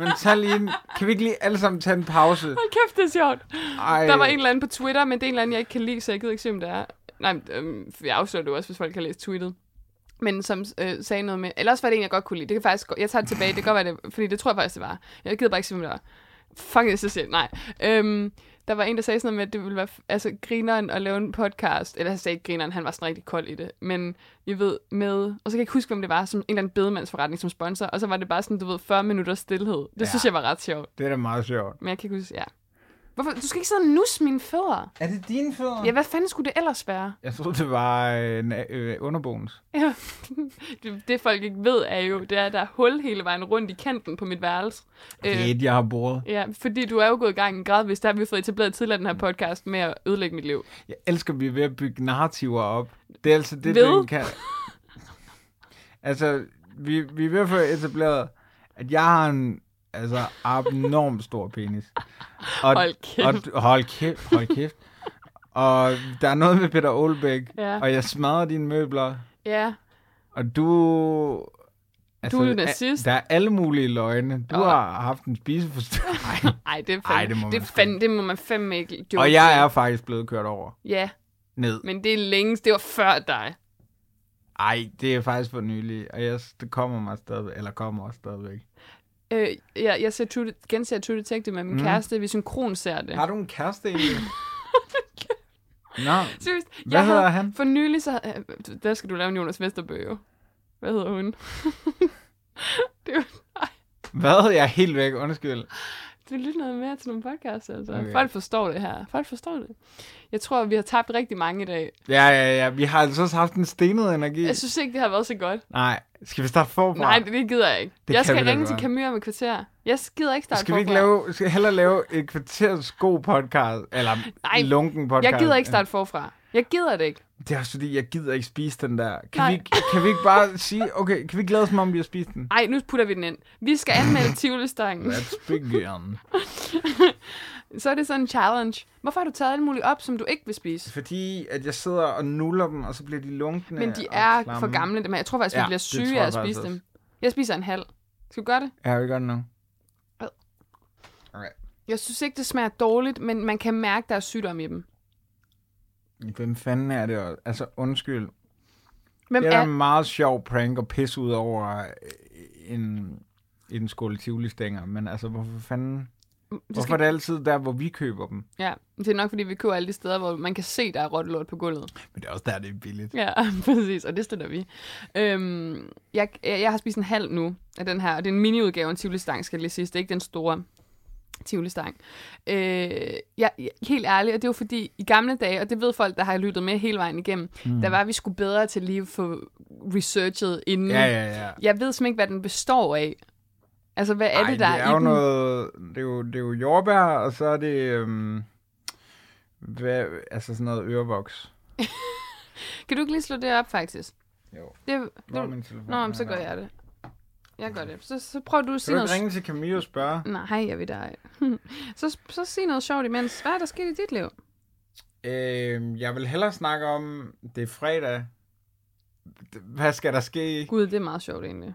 B: Men tag lige en, kan vi ikke lige alle sammen tage en pause?
A: Hold kæft, det er sjovt.
B: Ej.
A: Der var en eller anden på Twitter, men det er en eller anden, jeg ikke kan lide, så jeg gider ikke se, om det er. Nej, men, øhm, jeg afslører det jo også, hvis folk har læst tweetet. Men som øh, sagde noget med... Eller også var det en, jeg godt kunne lide. Det kan faktisk... gå- Jeg tager det tilbage. Det kan godt være det... Fordi det tror jeg faktisk, det var. Jeg gider bare ikke se, om det var. Fuck, det er så selv. Nej. Øhm, der var en, der sagde sådan noget med, at det ville være f- altså, grineren at lave en podcast. Eller han sagde ikke grineren, han var sådan rigtig kold i det. Men jeg ved med, og så kan jeg ikke huske, hvem det var, som en eller anden bedemandsforretning som sponsor. Og så var det bare sådan, du ved, 40 minutters stillhed. Det ja.
B: Ja.
A: synes jeg var ret sjovt.
B: Det er da meget sjovt.
A: Men jeg kan ikke huske, ja. Hvorfor? Du skal ikke sidde og nusse mine fødder.
B: Er det dine fødder?
A: Ja, hvad fanden skulle det ellers være?
B: Jeg troede, det var øh, na- øh, underboens.
A: Ja. Det, det folk ikke ved er jo, det er, at der er hul hele vejen rundt i kanten på mit værelse. Øh,
B: Det er et, jeg har boret.
A: ja, fordi du er jo gået i gang gradvist. Der har vi fået etableret tidligere i den her podcast med at ødelægge mit liv.
B: Jeg elsker at blive ved at bygge narrativer op. Det er altså det,
A: Ved?
B: vi kan. Altså, vi, vi er ved at få etableret, at jeg har en altså, abnorm stor penis. Og,
A: Hold kæft.
B: Og, du- hold kæft. Hold kæft. og der er noget med Peter Olbæk,
A: Ja.
B: og jeg smadrer dine møbler,
A: Ja,
B: og du... altså,
A: Du er
B: a-
A: nazist.
B: Der er alle mulige løgne. Du
A: Og-
B: har haft en spiseforstyrrelse.
A: ej, det er fandme,
B: Ej, det må
A: det,
B: man
A: er
B: sgu
A: fandme, det må man fandme ikke joke
B: og jeg er
A: med.
B: faktisk blevet kørt over.
A: Ja,
B: Ned.
A: men det er længe, det var før dig.
B: Ej, det er faktisk for nylig, og jeg, det kommer mig stadigvæk, eller kommer også stadigvæk.
A: Øh, jeg, jeg ser True, genser True Detective med min mm. kæreste, vi synkron ser det.
B: Har du en kæreste egentlig? Nå,
A: Seriøst.
B: Hvad hedder han?
A: For nylig så... øh, Der skal du lave en Jonas Vesterbø, jo. Hvad hedder hun? det er jo- ej,
B: hvad? Jeg er helt væk, undskyld.
A: det er lidt noget mere til nogle podcasts, altså. Okay.
B: Okay.
A: Folk forstår det her. Folk forstår det. Jeg tror, vi har tabt rigtig mange i dag.
B: Ja, ja, ja, vi har altså også haft en stenet energi.
A: Jeg synes ikke, det har været så godt.
B: Nej, skal vi starte forfra?
A: Nej, det, det gider jeg ikke.
B: Det
A: jeg
B: kan vi
A: skal
B: da
A: ringe til
B: godt.
A: Camille om et kvarter. Jeg gider ikke starte
B: skal vi ikke
A: forfra.
B: lave, skal hellere lave et kvarters god podcast, eller
A: Nej,
B: Nej, lunken podcast?
A: Jeg gider ikke starte forfra. Jeg gider det ikke.
B: Det er også fordi, jeg gider ikke spise den der. Kan,
A: Nej.
B: vi, ikke- kan vi ikke bare sige, okay, kan vi ikke lade som om, vi har spist den?
A: Ej, nu putter vi den ind. Vi skal anmelde Tivoli-stangen.
B: Let's begin.
A: Så er det sådan en challenge. Hvorfor har du taget alt muligt op, som du ikke vil spise?
B: Fordi at jeg sidder og nuller dem, og så bliver de lunkne.
A: Men de
B: og
A: er
B: klamme.
A: for gamle, dem her. Jeg tror faktisk, vi
B: Ja,
A: bliver
B: det tror
A: syge
B: jeg
A: af at
B: faktisk
A: spise
B: også.
A: dem. Jeg spiser en halv. Skal vi gøre det?
B: Ja, vi gør det nu.
A: Ad.
B: Alright.
A: Jeg synes ikke, det smager dårligt, men man kan mærke, der er sygdom i dem.
B: Hvem fanden er det? også? Altså, undskyld.
A: Hvem
B: Det er da
A: er...
B: en meget sjov prank at pisse ud over øh, en, en skål tivoli-stænger, men altså, hvorfor fanden...
A: Det
B: Hvorfor er
A: skal...
B: det altid der, hvor vi køber dem?
A: Ja, det er nok, fordi vi køber alle de steder, hvor man kan se, der er rottelort på gulvet.
B: Men det er også der, det er billigt.
A: Ja, præcis, og det støtter vi. Øhm, jeg, jeg, jeg har spist en halv nu af den her, og det er en miniudgave af en tivoli-stang, skal jeg lige sige. Det er ikke den store tivoli-stang. Øh, jeg, jeg, helt ærligt, og det var fordi, i gamle dage, og det ved folk, der har lyttet med hele vejen igennem, mm. der var vi skulle bedre til lige at få researchet inden.
B: Ja, ja, ja.
A: Jeg ved simpelthen ikke, hvad den består af. Altså, hvad er
B: Ej,
A: det, der
B: det
A: er
B: er
A: i
B: jo
A: den?
B: noget... Det er jo, det er jo jordbær, og så er det... Øhm, hvad, altså sådan noget ørevoks.
A: Kan du ikke lige slå det op, faktisk?
B: Jo.
A: Det, det,
B: Nå, min telefon
A: Nå men
B: er
A: så gør
B: her.
A: jeg det. Jeg gør det. Så, så prøver du at sige
B: Kan du
A: noget...
B: ikke ringe til Camille og spørge?
A: Nej, jeg ved dig ej. så, så sig noget sjovt imens. Hvad er der sket i dit liv?
B: Øh, jeg vil hellere snakke om, det er fredag. Hvad skal der ske?
A: Gud, det er meget sjovt egentlig.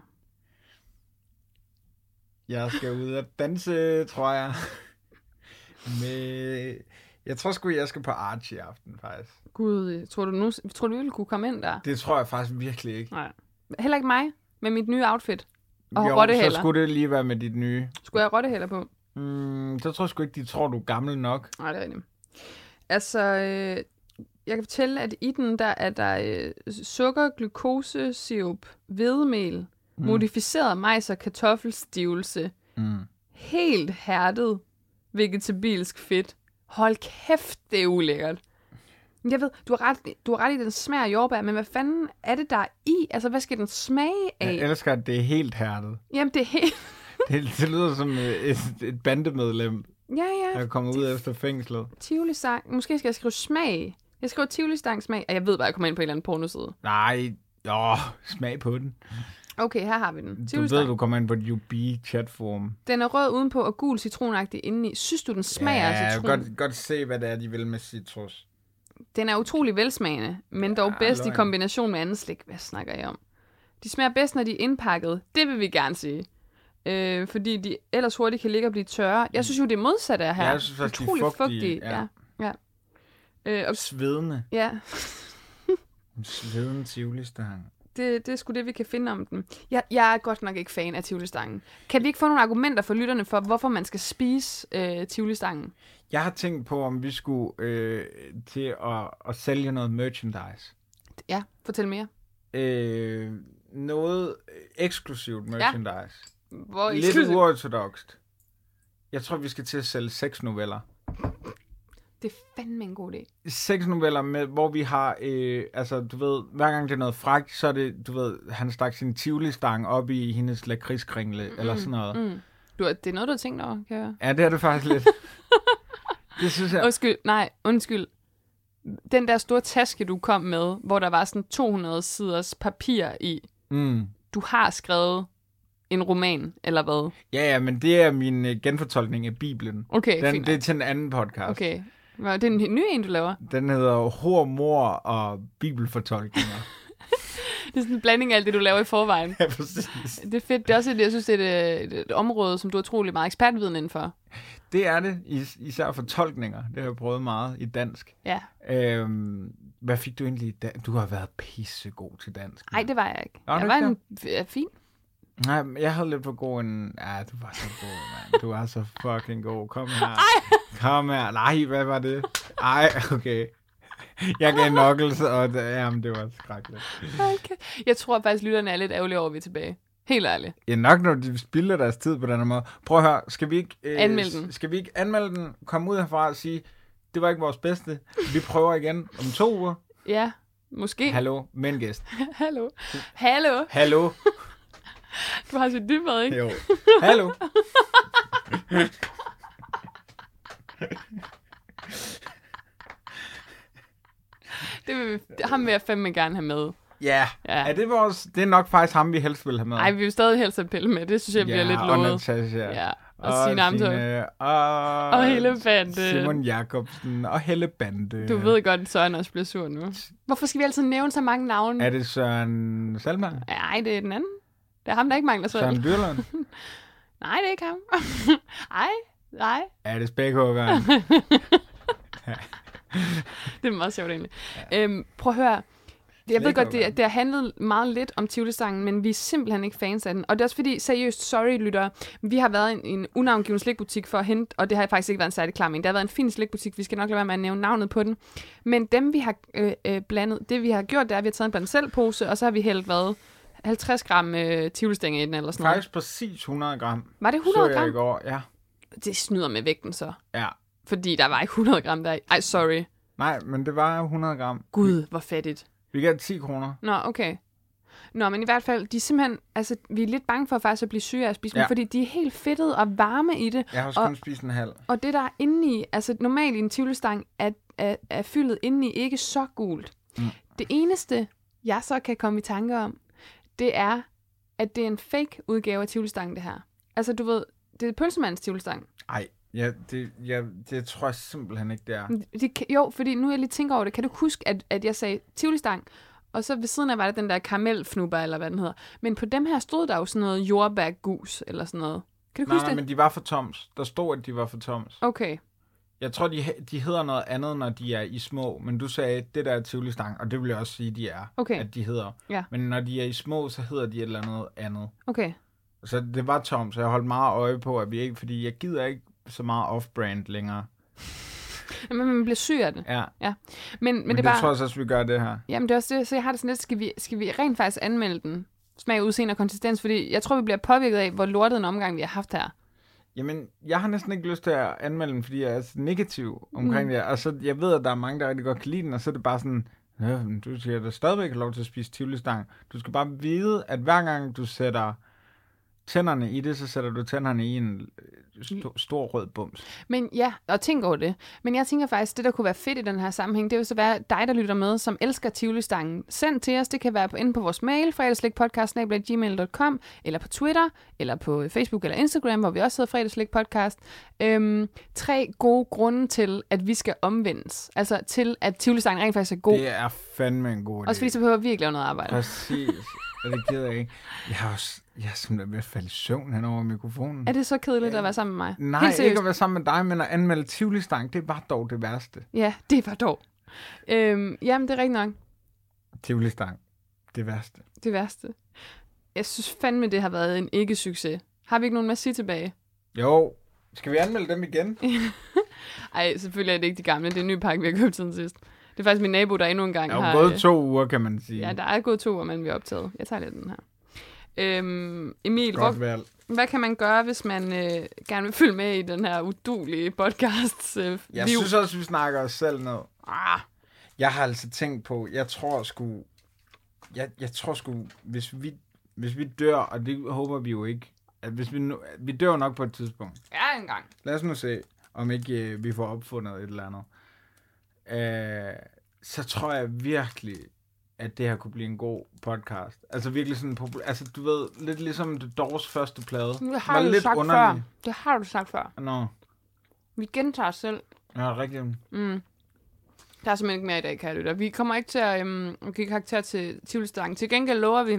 B: Jeg skal ud og danse, tror jeg. Med... Jeg tror sgu, jeg skal på Archie i aften, faktisk.
A: Gud, tror du, nu, tror du, vi ville kunne komme ind der?
B: Det tror jeg faktisk virkelig ikke.
A: Nej. Heller ikke mig med mit nye outfit. Og
B: så
A: rottehaler.
B: skulle det lige være med dit nye.
A: Skulle jeg have rottehaler på?
B: Mm, så tror jeg sgu ikke, de tror, du er gammel nok.
A: Nej, det er rigtigt. Altså, øh, jeg kan fortælle, at i den, der er der øh, sukker, glukose, sirup, hvedemel, mm. modificeret majs og kartoffelstivelse,
B: Mm.
A: helt hærdet vegetabilsk fedt. Hold kæft, det er ulækkert. Jeg ved, du har, ret, du har ret i, at den smager af jordbær, men hvad fanden er det, der er i? Altså, hvad skal den smage af?
B: Jeg elsker, at det er helt hærdet.
A: Jamen, det er helt...
B: Det, det lyder som øh, et, et bandemedlem,
A: Ja, ja.
B: der er kommet ud efter fængslet.
A: Tivoli-sang. Måske skal jeg skrive smag. Jeg skriver tivoli smag, og jeg ved bare, jeg kommer ind på en eller anden pornoside.
B: Nej, åh, smag på den.
A: Okay, her har vi den.
B: Du ved,
A: Tivoli-stang.
B: du kommer ind på et UB-chatform.
A: Den er rød udenpå og gul citronagtig indeni. Synes du, den smager
B: ja,
A: af
B: jeg
A: citron?
B: kan godt, godt se, hvad det er, de vil med citrus.
A: Den er utrolig velsmagende, men ja, dog
B: Ja,
A: bedst
B: løgn.
A: i kombination med andet slik. Hvad snakker jeg om? De smager bedst, når de er indpakket. Det vil vi gerne sige. Øh, fordi de ellers hurtigt kan ligge og blive tørre. Jeg synes jo, det modsatte er her.
B: Mm. Ja, jeg synes faktisk, de er
A: utrolig
B: fugtige,
A: Ja.
B: ja.
A: ja. Øh, og,
B: Svedende.
A: ja.
B: En svedende tivoli-stang.
A: Det, det er sgu det, vi kan finde om den. Jeg, jeg er godt nok ikke fan af tivolistangen. Kan vi ikke få nogle argumenter for lytterne for, hvorfor man skal spise øh, tivolistangen?
B: Jeg har tænkt på, om vi skulle øh, til at, at sælge noget merchandise.
A: Ja, fortæl mere.
B: Øh, noget eksklusivt merchandise.
A: Hvor
B: Lidt uortodokst. Jeg tror, vi skal til at sælge seks noveller.
A: Det er fandme en god idé.
B: Seks noveller, med, hvor vi har, øh, altså du ved, hver gang det er noget fragt, så er det, du ved, han stak sin tivoli-stang op i hendes lakridskringle, mm, eller sådan noget. Mm.
A: Mm. Du, har- det er noget, du har tænkt over, kan jeg høre.
B: Ja, det er det faktisk lidt. det synes jeg,
A: Undskyld, nej, undskyld. Den der store taske, du kom med, hvor der var sådan 200 siders papir i.
B: mm.
A: Du har skrevet en roman, eller hvad?
B: Ja, ja, men det er min øh, genfortolkning af Bibelen.
A: Okay, Den,
B: Den,
A: fint.
B: det
A: Det...
B: er til en anden podcast.
A: Okay. Nå, Det er en ny en, du laver.
B: Den hedder Hor, Mor og Bibelfortolkninger.
A: Det er sådan en blanding af alt det, du laver i forvejen.
B: ja, præcis.
A: Det er fedt. Det er også et, jeg synes, det er et, et, et område, som du er utrolig meget ekspertviden inden for.
B: Det er det, is- især fortolkninger. Det har jeg prøvet meget i dansk.
A: Ja.
B: Øhm, hvad fik du egentlig? i Dan- du har været pissegod til dansk.
A: Nej, det var jeg ikke.
B: Nå,
A: jeg
B: du
A: var
B: ikke
A: en ja, fin.
B: Nej, men jeg havde lidt for god en... Ja, du var så god, mand. Du var så fucking god. Kom her. Kom her. Nej, hvad var det? Ej, okay. Jeg gav knuckles, og det, jamen, det var skrækkeligt.
A: Okay. Jeg tror faktisk, lytterne er lidt ærgerlige over, at vi er tilbage. Helt ærligt.
B: Ja, nok når de spilder deres tid på den her måde. Prøv at høre, skal vi ikke... Øh,
A: Anmelde den.
B: Skal vi ikke anmelde den, komme ud herfra og sige, det var ikke vores bedste, vi prøver igen om to uger.
A: Ja, måske.
B: Hallo, med en gæst.
A: Hallo. Hallo.
B: Hallo.
A: Du har så dybt, ikke?
B: Jo. Hallo.
A: Det vil vi, ham vil jeg fandme gerne have med.
B: Ja.
A: Ja.
B: Er det vores... Det er nok faktisk ham, vi helst vil have med.
A: Nej, vi vil stadig helst have pille med. Det synes jeg bliver
B: ja,
A: lidt
B: og
A: lovet.
B: Natasha.
A: Ja, og Signe Amtov.
B: øh, og,
A: Og hele banden.
B: Simon Jakobsen og Helle Bande.
A: Du ved godt, at Søren også bliver sur nu. Hvorfor skal vi altid nævne så mange navne?
B: Er det Søren Salman?
A: Nej, det er den anden. Det er ham, der ikke mangler så.
B: Søren Dyrlund?
A: Nej, det er ikke ham. Ej, nej.
B: er det spækhuggeren?
A: Det er meget sjovt egentlig. Ja. Øhm, prøv at høre. Jeg ved
B: Slik
A: godt,
B: og
A: det,
B: vand.
A: det har handlet meget lidt om Tivoli-sangen, men vi er simpelthen ikke fans af den. Og det er også fordi, seriøst, sorry lyttere, vi har været i en, i en unavngiven slikbutik for at hente, og det har faktisk ikke været en særlig klar mening. Det har været en fin slikbutik, vi skal nok lade være med at nævne navnet på den. Men dem vi har øh, øh, blandet, det vi har gjort, det er, at vi har taget en blandt selv pose, og så har vi hældt hvad? 50 gram øh, tivoli i den eller sådan noget.
B: Faktisk præcis 100 gram.
A: Var det 100
B: Så jeg i
A: gram?
B: går, ja.
A: Det snyder med vægten så.
B: Ja.
A: Fordi der var ikke 100 gram der. i. Ej, sorry.
B: Nej, men det var 100 gram.
A: Gud, hvor fattigt.
B: Vi gav 10 kroner.
A: Nå, okay. Nå, men i hvert fald, de er simpelthen, altså, vi er lidt bange for faktisk at blive syge af at spise dem, ja.
B: Ja.
A: fordi de er helt fedtede og varme i det,
B: Jeg har også
A: Og-
B: kun spist en halv.
A: og det, der er inde i, altså normalt i en tivlestang, er, er, er fyldet inde i ikke så gult. Mm.
B: Mm.
A: Det eneste, jeg så kan komme i tanke om, det er, at det er en fake udgave af tivlestangen, det her. Altså, du ved, det er pølsemandens tivlestang.
B: Ej, ja, det, ja, det tror jeg simpelthen ikke, det er.
A: Det, kan- jo, fordi nu jeg lige tænker over det, kan du huske, at, at jeg sagde tivlestang, og så ved siden af var der den der karamelfnubber, eller hvad den hedder. Men på dem her stod der jo sådan noget jordbærgus, eller sådan noget. Kan du
B: Nej,
A: huske
B: nej,
A: det?
B: men de var for toms. Der stod, at de var for toms.
A: Okay.
B: Jeg tror, de, he- de hedder noget andet, når de er i små, men du sagde, det der er tivoli stang, og det vil jeg også sige, de er,
A: Okay.
B: at de hedder.
A: Ja.
B: Men når de er i små, så hedder de et eller andet andet.
A: Okay.
B: Så det var Tom, så jeg holdt meget øje på, at vi ikke, fordi jeg gider ikke så meget off-brand længere.
A: Men man bliver syg af det.
B: Ja.
A: Men, men,
B: Men, men
A: det er
B: det,
A: bare...
B: det tror jeg så også, vi gør det her.
A: Jamen, det er også det. Så jeg har det sådan lidt, skal vi, skal vi rent faktisk anmelde den? Smag, udseende og konsistens, fordi jeg tror, vi bliver påvirket af, hvor lortet en omgang, vi har haft her.
B: Jamen, jeg har næsten ikke lyst til at anmelde den, fordi jeg er så negativ omkring mm. det. Og så, jeg ved, at der er mange, der rigtig godt kan lide den, og så er det bare sådan, "Øh, men du siger, at du stadigvæk har lov til at spise tivlistang. Du skal bare vide, at hver gang du sætter tænderne i det, så sætter du tænderne i en øh, sto- stor rød bums.
A: Men ja, og tænk over det. Men jeg tænker faktisk, det der kunne være fedt i den her sammenhæng, det vil så være dig, der lytter med, som elsker Tivoli-stangen. Send til os, det kan være på, inde på vores mail, fredagslægpodcast.gmail.com, eller på Twitter, eller på øh, Facebook eller Instagram, hvor vi også hedder Fredagslæg Podcast. Øhm, tre gode grunde til, at vi skal omvendes. Altså til, at Tivoli-stangen rent faktisk er god.
B: Det er fandme en god idé.
A: Også fordi så behøver vi ikke lave noget arbejde.
B: Præcis. Og det gider jeg ikke. Jeg er, også, jeg er simpelthen ved at falde i søvn hen over mikrofonen.
A: Er det så kedeligt at være sammen med mig?
B: Nej,
A: Helt seriøst.
B: ikke at være sammen med dig, men at anmelde Tivoli-stang, det var dog det værste.
A: Ja, det var dog. Øhm, jamen, det er rigtigt nok
B: Tivoli-stang, det værste.
A: det værste. Jeg synes fandme, det har været en ikke-succes. Har vi ikke nogen med at sige tilbage?
B: Jo, skal vi anmelde dem igen?
A: Ej, selvfølgelig er det ikke de gamle. Det er en ny pakke, vi har købt siden sidst. Det er faktisk min nabo, der endnu en gang
B: Der er
A: har...
B: jo
A: øh,
B: gået to uger, kan man sige.
A: Ja, der er gået to, og man bliver optaget. Jeg tager lidt den her. Øhm, Emil,
B: Godt
A: hvor,
B: valg.
A: hvad kan man gøre, hvis man øh, gerne vil følge med i den her udulige podcast øh,
B: Jeg
A: liv?
B: synes også, vi snakker os selv ned. Ah, jeg har altså tænkt på, jeg tror sgu, jeg, jeg tror sgu, hvis vi, hvis vi dør, og det håber vi jo ikke, at hvis vi, nu, vi dør jo nok på et tidspunkt.
A: Ja, en gang.
B: Lad os nu se, om ikke øh, vi får opfundet et eller andet. Øh, så tror jeg virkelig, at det her kunne blive en god podcast. Altså virkelig sådan en popul- Altså du ved, lidt ligesom The Doors første plade.
A: Det
B: Var
A: har du
B: lidt
A: sagt før.
B: underlig.
A: Det har du sagt før.
B: Nå,
A: Vi gentager os selv.
B: ja, rigtig.
A: Mm. Der er simpelthen ikke mere i dag, kære lytter. Vi kommer ikke til at øhm, give karakter til Tivoli-stangen. Til gengæld lover vi,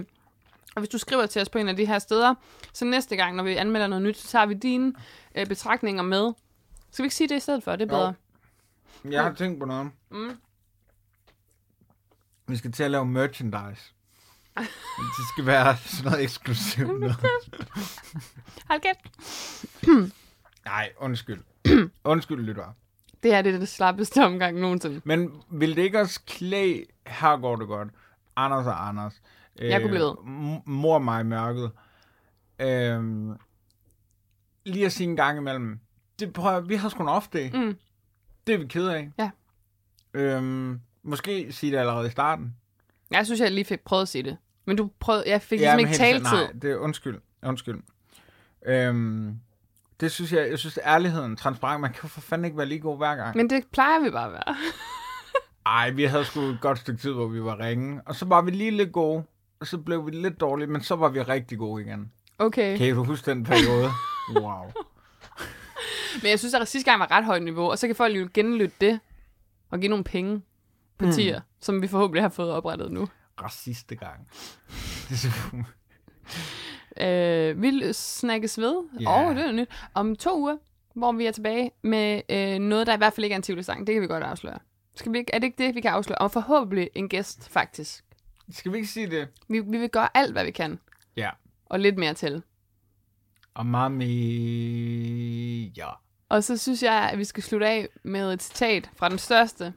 A: og hvis du skriver til os på en af de her steder, så næste gang, når vi anmelder noget nyt, så tager vi dine øh, betragtninger med. Skal vi ikke sige det i stedet for? Det er
B: Jo.
A: bedre.
B: Jeg har tænkt på noget.
A: Mm.
B: Vi skal til at lave merchandise. det skal være sådan noget eksklusivt noget.
A: Hold kæft.
B: Nej, undskyld. undskyld, lytter.
A: Det her det er det slappeste omgang nogensinde.
B: Men vil det ikke også klæde, her går det godt, Anders og Anders. Øh,
A: Jeg kunne blive ved.
B: m- Mor og mig i mørket. Øh, lige at sige en gang imellem. Det prøver, vi har sgu en off day.
A: Mm.
B: Det er vi ked af.
A: Ja.
B: Øhm, måske sige det allerede i starten.
A: Jeg synes, jeg lige fik prøvet at sige det. Men du prøvede, jeg fik ligesom ikke
B: men helt-
A: taletid.
B: Nej, det er undskyld. Undskyld. Øhm, det synes jeg, jeg synes ærligheden, transparent, man kan jo for fanden ikke være lige god hver gang.
A: Men det plejer vi bare at være.
B: Ej, vi havde sgu et godt stykke tid, hvor vi var ringe. Og så var vi lige lidt gode, og så blev vi lidt dårlige, men så var vi rigtig gode igen.
A: Okay.
B: Kan I huske den periode? Wow.
A: Men jeg synes, at sidste gang var ret højt niveau, og så kan folk jo genlytte det og give nogle penge
B: Hmm.
A: partier, mm. som vi forhåbentlig har fået oprettet nu.
B: Raciste gang. Det er så-
A: Øh, vi l- snakkes ved,
B: Ja.
A: yeah. og det er nyt, om to uger, hvor vi er tilbage med øh, noget, der i hvert fald ikke er en tivoli-sang. Det kan vi godt afsløre. Skal vi ikke, er det ikke det, vi kan afsløre? Og forhåbentlig en gæst, faktisk.
B: Skal vi ikke sige det?
A: Vi, vi vil gøre alt, hvad vi kan,
B: Ja.
A: og lidt mere til.
B: Og mami... Ja.
A: Og så synes jeg, at vi skal slutte af med et citat fra den største.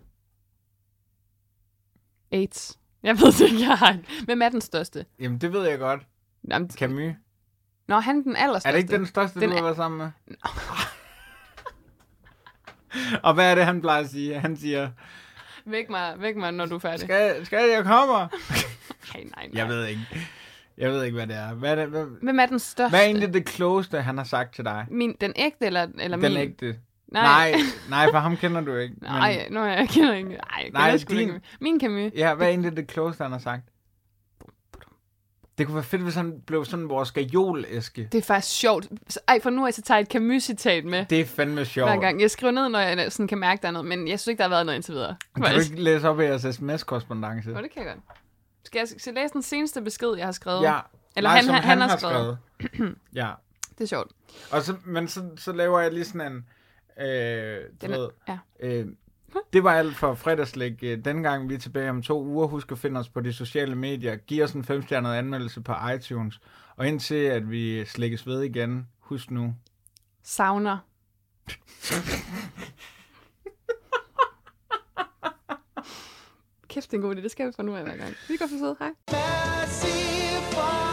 A: AIDS. Jeg ved det ikke, jeg har ikke. Hvem er den største?
B: Jamen, det ved jeg godt.
A: Nå, men-
B: Camus.
A: Nå, han er den allerstørste.
B: Er det ikke den største,
A: Den
B: den du
A: er-
B: har været sammen med? Og hvad er det, han plejer at sige? Han siger,
A: Væk mig, væk mig, når du er færdig.
B: skal, skal jeg kommer?
A: Ej, nej, nej.
B: Jeg ved ikke. Jeg ved ikke, hvad det er. Hvad er, det, hvad,
A: Hvem er den største?
B: hvad er egentlig det klogeste, han har sagt til dig?
A: Min, den ægte eller, eller
B: Den
A: min?
B: ægte.
A: Nej.
B: nej, nej, for ham kender du ikke. men-
A: Nej, men... nå, jeg kender ikke. Ej, jeg
B: Nej,
A: kender sgu da
B: din.
A: ikke. Min Camus.
B: Ja, hvad er egentlig det klogeste, han har sagt? Det kunne være fedt, hvis han blev sådan vores gajol-æske.
A: Det er faktisk sjovt. Så- Ej, for nu af, så tager jeg et Camus-citat med
B: Det er fandme sjovt.
A: hver gang. Jeg skriver ned, når jeg sådan kan mærke, der er noget, men jeg synes ikke, der har været noget indtil videre.
B: Kan du
A: faktisk.
B: ikke læse op af jeres sms-korrespondence?
A: Nå, det kan jeg godt. Skal jeg skal jeg læse den seneste besked, jeg har skrevet?
B: Ja.
A: Eller
B: Nej,
A: han-
B: som
A: han- han har skrevet.
B: skrevet. ja.
A: Det er sjovt.
B: Og så, men så, så laver jeg lige sådan en... Øh, du
A: Den er,
B: ved,
A: ja. Hm.
B: øh, Det var alt for fredagslæg. Øh, Dengang vi er tilbage om to uger, husk at finde os på de sociale medier. Giv os en femstjernet anmeldelse på iTunes. Og indtil at vi slækkes ved igen, husk nu,
A: Savner. Kæft, det er en god idé. Det skal vi fra nu af hver gang. Vi går for søde. Hej.
F: Massive